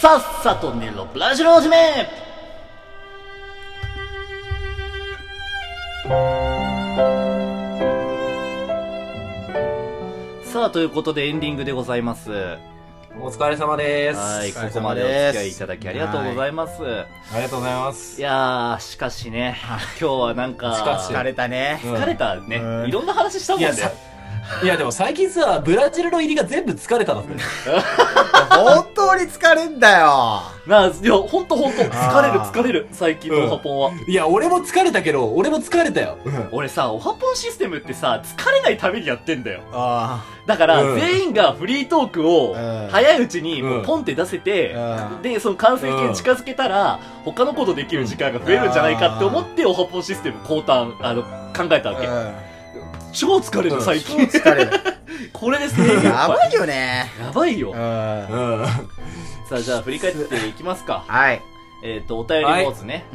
さっさと寝ろブラジルおじめさあということでエンディングでございますお疲れ様です。はいお疲れ様ここまでおです付き合いいただきありがとうございます、ありがとうございまい、す。やーしかしね今日はなんかしかし疲れたね。うん疲れたね、うんいろんな話したもんねいやさいや、でも最近さ、ブラジルの入りが全部疲れたんだぜ。本当に疲れんだよ。なあいやほんとほんと疲れるあー疲れる最近のオハポンは、いや、俺も疲れたけど、俺も疲れたよ。俺さオハポンシステムってさ疲れないためにやってんだよあだから、うん全員がフリートークをうん早いうちにもううんポンって出せて、うんでその完成形に近づけたら、他のことできる時間が増えるんじゃないかって思って、オハポンシステム交換あの考えたわけ、あ。超疲れうるん最超近、疲れる。これですねやばいよね。やばいよ、うん。ん。さあじゃあ振り返っていきますかはい。えっ、とお便りモーズね、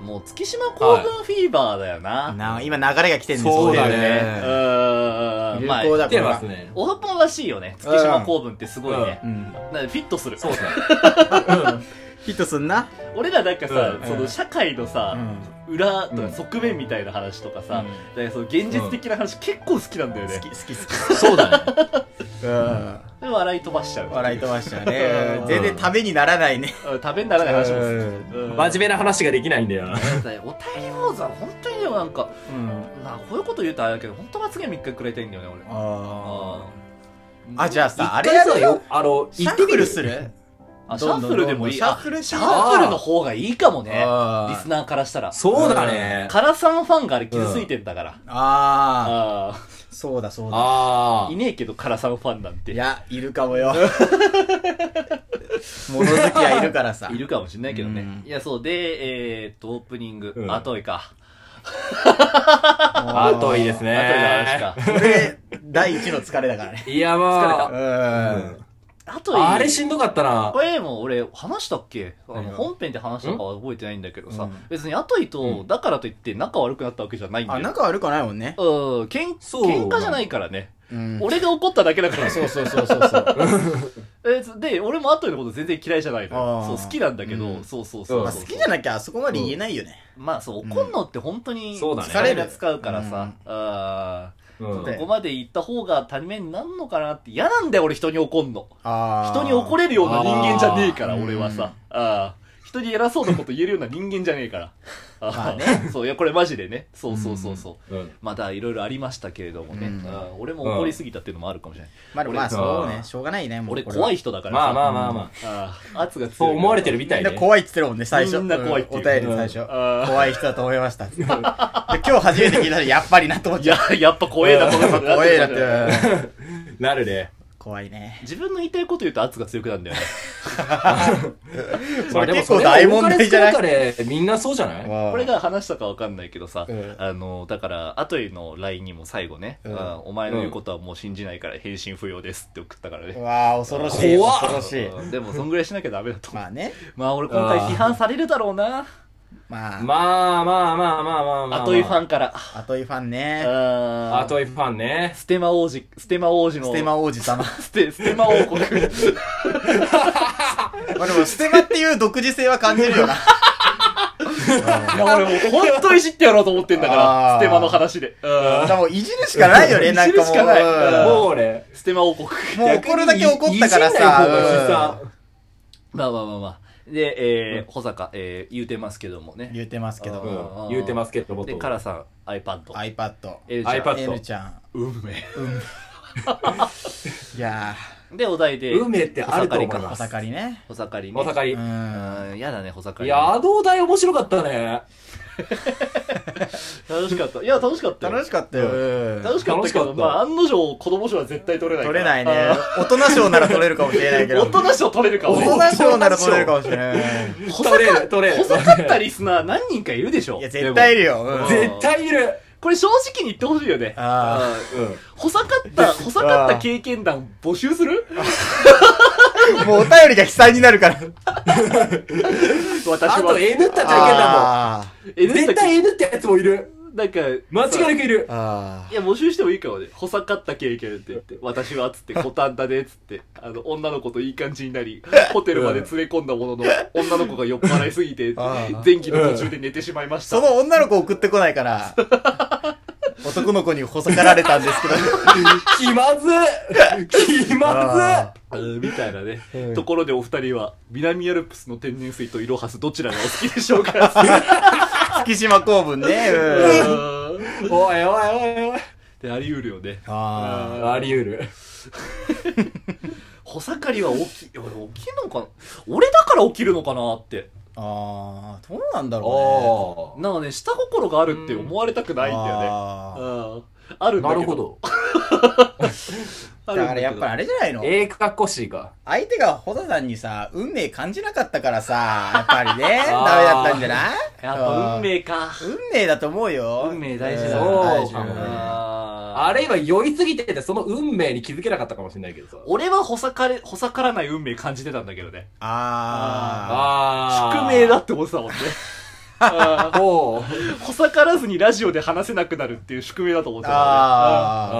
うん。もう月島興文フィーバーだよな、な今流れが来てるんですそうだねうーんまあ流行だ来てかまらす。ね。オハポンらしいよね月島興文ってすごいねう、ん。なんでフィットするそうだね。ヒットすんな。俺らなんかさ、うんその社会のうさ、ん。裏とうかん側面みたいな話とかさ、うんだからその現実的な話結構好きなんだよね好、き、好き、好そうだね。き。うん。で笑い飛ばしちゃう笑い飛ばしちゃうねう。ん全然ためにならないね。うん食べにならない話もする、うん真面目な話ができないんだよ。だよお便り坊主は本当にでもなんかうん。なあこういうこと言うとあれだけど本当罰ゲーム一回くれたいんだよね俺あうんあ。あ、じゃあ一さ、あれ回やさるよ。あの、シ行ャってッみフルるするあシャどんッどんフルでもいいどんどんあシャッフルシャッフルの方がいいかもねあーリスナーからしたらそうだね。カラさんファンがあれ傷ついてんだから、ああ。あそうだ、そうだ。ああいねえけどカラさんファンなんていいや、いるかもよ。物好きはいるからさ。るかもしれないけどね、うんいやそうでえー、っとオープニング、うんあといかあ。あといいですね。あといの話ね。こかれ、第一の疲れだからね。いや、まうあ。ん。あといあれしんどかったなこ。れも俺話したっけあ何のが本編で話したかは覚えてないんだけどさ、うん別にアトイとうんだからといって仲悪くなったわけじゃないんだあ、よ、仲悪くないもんね。うん、けんそう喧嘩じゃないからね、うん。俺が怒っただけだからそうそうそうそうそう。えーで俺もアトイのこと全然嫌いじゃないのあよーそう好きなんだけど、うんそうそうそう、うんまあ好きじゃなきゃあそこまで言えないよね。まあそう怒んのって本当にそうだね疲れが使うからさ、あうーんでここまで行った方が足り目になるのかなって嫌なんだよ俺人に怒んのあ人に怒れるような人間じゃねえからあー俺はさ、あー人に偉そうなこと言えるような人間じゃねえからあーまあねそういやこれマジでねそうそうそうそう、うんまたいろいろありましたけれどもね、うんあー俺も怒りすぎたっていうのもあるかもしれない、まあ、まあ俺そうね。しょうがないね。もう俺怖い。い人だからまさあまあまあまあー圧が強いあ。そう思われてるるみたみんいなね。怖いって言ってるもんね、最初。みんな怖いっていうんおう便りで最初。あー怖い人だと思いました。で今日初めて聞いたら、やっぱりなと思っいちゃや う。やっぱ怖えなこの人 怖いななっってるて。なるね。怖いね。自分の言いたいこと言うと圧が強くなるんだよねまあでもそれは大問題じゃない多かれ、みんなそうじゃないここれ、が話したかわかんないけどさ、うんあのだからアトイの LINE にも最後ね、うんあーお前の言うことはもう信じないから返信不要です」って送ったからね、うわあ恐ろしい。怖っ恐ろしい。うんでもそんぐらいしなきゃダメだと思うまあね。まあ俺今回批判されるだろうなまあ、まあまあまあまあまあまあ。アトイファン。ンからアトイファンね。あアトイファンね。ステマ王子ステマ王子のステマ王子様。ステステマ王国まあでも、ステマっていう独自性は感じるよな。いや俺もう本当に知ってやろうと思ってんだからあーステマの話でだからもういじるしかないよね、なんかもう。いじるしかないうんもう俺、ステマ王国もう怒るだけ怒ったから逆にいじんない方がさ。うんまあまあまあまあで、えー、保坂、えー、言うてますけどもね言うてますけ悲ど。惨うん。言うてますけど、僕。でカラさん iPad iPad。エルちゃん iPad エルちゃん。運命いやでお題で運命ってあると思いー、まおす。盛りね。保坂にねお高うい。ん。うんやだね保坂いにねや、あのお題面白かったね。楽しかったいや楽しかったよ楽しかったよ。うん楽しかったけど、楽しかったまあ、案の定、子供賞は絶対取れないか取ら。れないねあ。大人賞なら取れるかもしれないけー。ど。大人賞取れるか、大俺。人賞なら取れるかもしれない。取れる、取れる。細かったリスナー何人かいるでしょいや、絶対いるよ。うんでも絶対いる。これ正直に言ってほしいよね。あうん。細かった、細かった経験談募集するあ。もうお便りが悲惨になるから。私あとは。 N ったじゃいけんだあもん。絶対 N ってやつもいる。なんか、間違いなくいる。あいや、募集してもいいかもね。補佐かった経験って言って、私は、つ って、コタンだね、つって、あの、女の子といい感じになり、ホテルまで連れ込んだものの、女の子が酔っ払いすぎて あー、電気の途中で寝てしまいましーた。その女の子送ってこないから、男の子にほさかられたんですけど。気まずっ気まあうんみたいなねう。んところでお二人は、南アルプスの天然水とイロハスどちらがお好きでしょうかー月島公文ね。ううん ーんっずおいおいおいおい。てあり得るよね。ああり得る。補佐かりは起き、いや俺起きるのかな俺だから起きるのかなって。ーあー、どうなんだあろーなんかね、下心があるって思われたくうなね。いんだよね。あーうんあるんだなけど。るほ。ど。あるんだだからけやっぱあれじゃないのええ、かっこしいか。相手がホサさんにさ、運命感じなかったからさ、やっぱりね、あーダメだったんじゃないやっぱ運。命か。うん運命だと思うよ。運命大事だうんそう大事かもねああれれ今酔いすぎてて、その運命に気づけなかったかもしれないけどさ。俺はほさかれ、ほさからない運命感じてたんだけどね。あああ。宿命だ。って思ってたもんね。あ おう。ーほさからずにラジオで話せなくなるっていう宿命だと思っー。てたからね。あ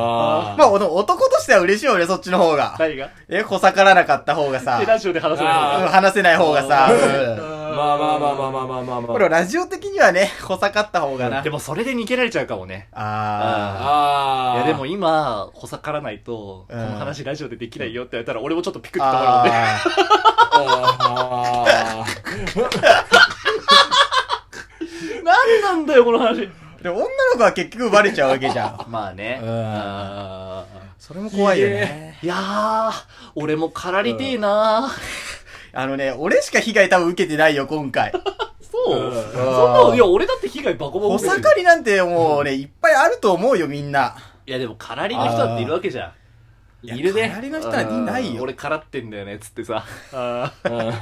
あー。ーまあ、男としては嬉しいよね、そっちの方がうん。何がえ、ほさからなかった方がさで、ラジオで話せなういん話せない方がさ、うんまあまあまあまあまあまあまあまあ。これラジオ的にはね、ほさかった方がな。でもそれで逃げられちゃうかもね。あいああ。やでも今、ほさからないと、こうんの話ラジオでできないよって言われたら俺もちょっとピクー。ッと止まるもんね。あーあなんなんだよ、この話。でも女の子は結局バレちゃうわけじゃ ん。まあね。うんあそれも怖いよね。ーいやー、俺も駆られてえなあのね、俺しか被害多分受けてないよ、今回。そう、うんそんなの、いや、俺だって被害バコバコお受けてる盛りなんてもうね、いっぱいあると思うよ、みんな。いや、でも、駆らりの人だっているわけじゃん。いるねや狩りの人なんていないうんよ。俺、からってんだよね、つってさ。ああ。うん。ー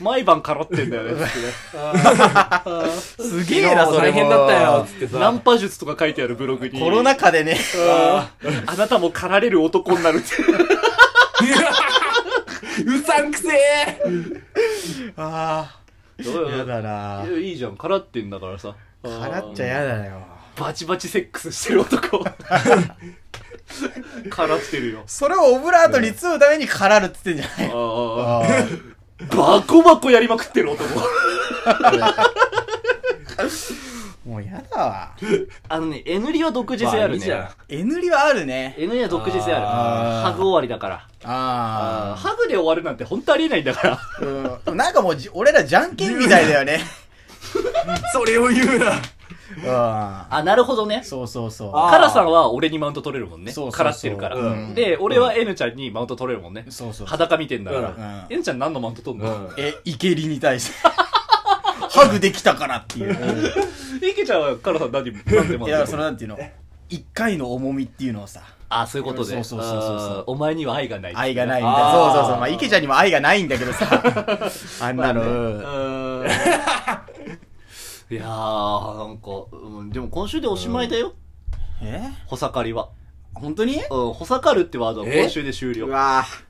毎晩からってんだよね、つ ってねあー。す昨げ日えな、そ大れも。変だったよ、つってさ。ナンパ術とか書いてあるブログに。コロナ禍でね。あーあなたも駆られる男になるって。うさんくせえああ。やだいなやいいじゃん、からってんだからさ。払っちゃゃやだよ。バチバチセックスしてる 男。からってるよ。それをオブラートに包むためにからるっつってんじゃないああーあ。バコバコやりまくってる男。もうやだわ。あのね、N リは独自性あるね。まあいいじゃん N 塗りはあるね。 N リは独自性ああーる。ハグ終わりだから。あーああ。ハグで終わるなんて本当ありえないんだから。うんでもなんかもうじ、俺らじゃんけんみたいだよね。それを言うな。うん。あ、なるほどね。そうそうそう。あーカラさんは俺にマウント取れるもんね。そうそうそうカラってるから。うんで、俺は N ちゃんにマウント取れるもんね。そうそう。裸見てんだから。うん N ちゃん何のマウント取んの、え、イケリに対して。ハグできたからっていう。イケちゃんはカラさん何、何でマウント取いるや、のそのなんていうの一回の重みっていうのをさ、あ、そういうことで。そうそうそうそうそうあーお前には愛がない。愛がないみたいな。あそーうそうそう。まあ、池ちゃんにも愛がないんだけどさ、 あんなの。うんうん。いやー、なんか、うん、でも今週でおしまいだよ。えほさかりは。本当にうん、ほさかるってワードはえ今週で終了。ううん。だか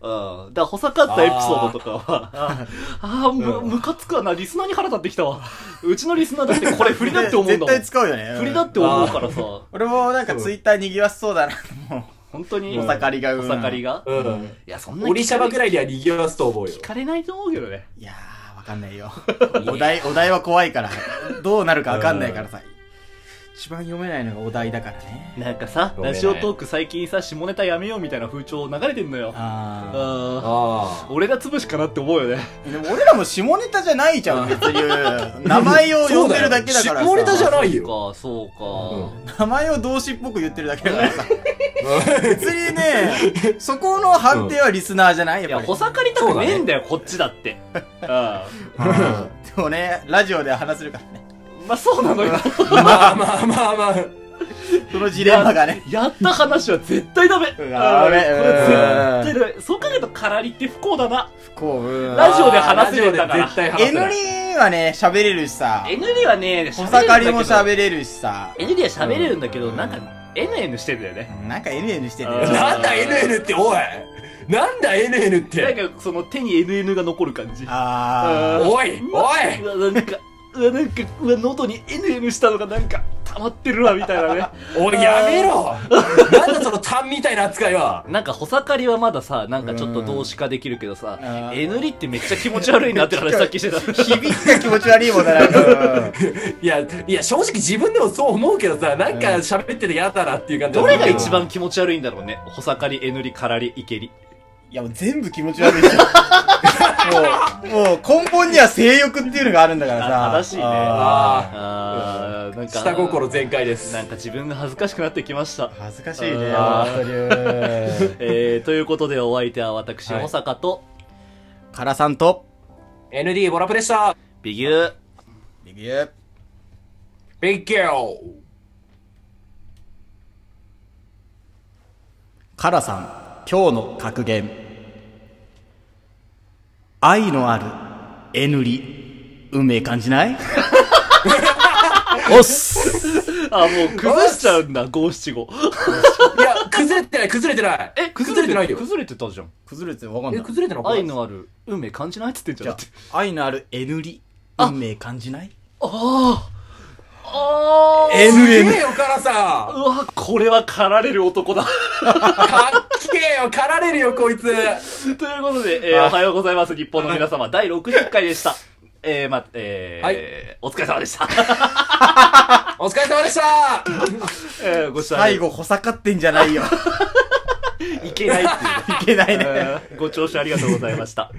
わら、ほさかったエピソードとかは、ああー、む、うんむかつくわな。リスナーに腹立ってきたわ。うちのリスナーだってこれ振りだって思うんだ絶もん対。使うよね。うん振りだって思うからさ、俺もなんかツイッター賑わしそうだな。も本当に。う、お盛りが。ほさかりが。が。うん。いや、そんなオリシャバぐらいらいでは賑わすと思うよ。聞かれないと思うけどね。いやー、わかんないよ。お題、お題は怖いから。どうなるかわかんないからさ。一番読めないのがお題だからね。なんかさ、ごめんラねジオトーク最近さ、下ネタやめようみたいな風潮流れてんのよ。あー。うん。あ俺が潰しかなって思うよね。でも俺らも下ネタじゃないじゃん、別に。名前を呼んでるだけだからさ。そうだよ下ネタじゃないよ。か、そうか。名前を動詞っぽく言ってるだけだから さ。別にね、そこの判定はリスナーじゃないいやや、っぱり。ほさかりたくねえんだよ、こっちだって。うん。でもね、ラジオで話せるからね。まあ、そうなのよ。まあまあまあまあ。そのジレンマがね。やった話は絶対ダメ。うわうんこれダメ絶対ダメ。そう考えると、からりって不幸だな。不幸。うんラジオで話せるんだからラジオで絶対話せ N ないリはね、喋れるしさ。 N にはね、ほさかりもる。喋れるしさ。 N には喋れるんだけど、うんなんか、NN してんだよね。なんか NN してるうんよ。なんだ NN っておいなんだ NN っなんてか、その手に NN が残る感じ。あおいおいいなんか、うわなんかうわ喉に NN したのがなんか溜まってるわみたいなねおい、やめろなんだその痰みたいな扱い はなんか穂盛りはまださなんかちょっと動詞化できるけどさうん N りってめっちゃ気持ち悪いなって話さっき してた響きが気持ち悪いもんだななんか。うんいや、いや、正直自分でもそう思うけどさ、なんか喋ってて嫌だなっていう感じどれが一番気持ち悪いんだろうね穂盛り N りからりいけりいや、もう全部気持ち悪いじゃん。もう、もう根本には性欲っていうのがあるんだからさ。あ正しいねあああーなんあ、か下心全開です。なんか自分が恥ずかしくなってきましたー恥ずかしいね、あー本当に。えー、ということでお相手は私はい保坂とからさんと、 ND ボラプでしたビギュービビュー。ビッキーからさん、今日の格言。愛のある、えぬり。運命感じない おっす。あもう崩しちゃうんだ五七五いや、崩れてない、崩れてない。え崩れてないよ。崩れてたじゃん崩れてわかんえ、ない。崩れてない愛のある運命感じないっつってんじじゃゃんだってあ愛のあるえぬり。運命感じないああああえぬりえすぬげえり。よ、からさうわこれは狩られる男だ かっけえよ、狩られるよ、こいつ。ということで、えー、おはようございます日本の皆様第60回でしたえー、ま、えーはお疲れ様で した、お疲れ様でしたえー、ご視聴あ最り後、ほさかってんじゃない よ。いけないっていういけないね。 えーご聴取ありがとうございました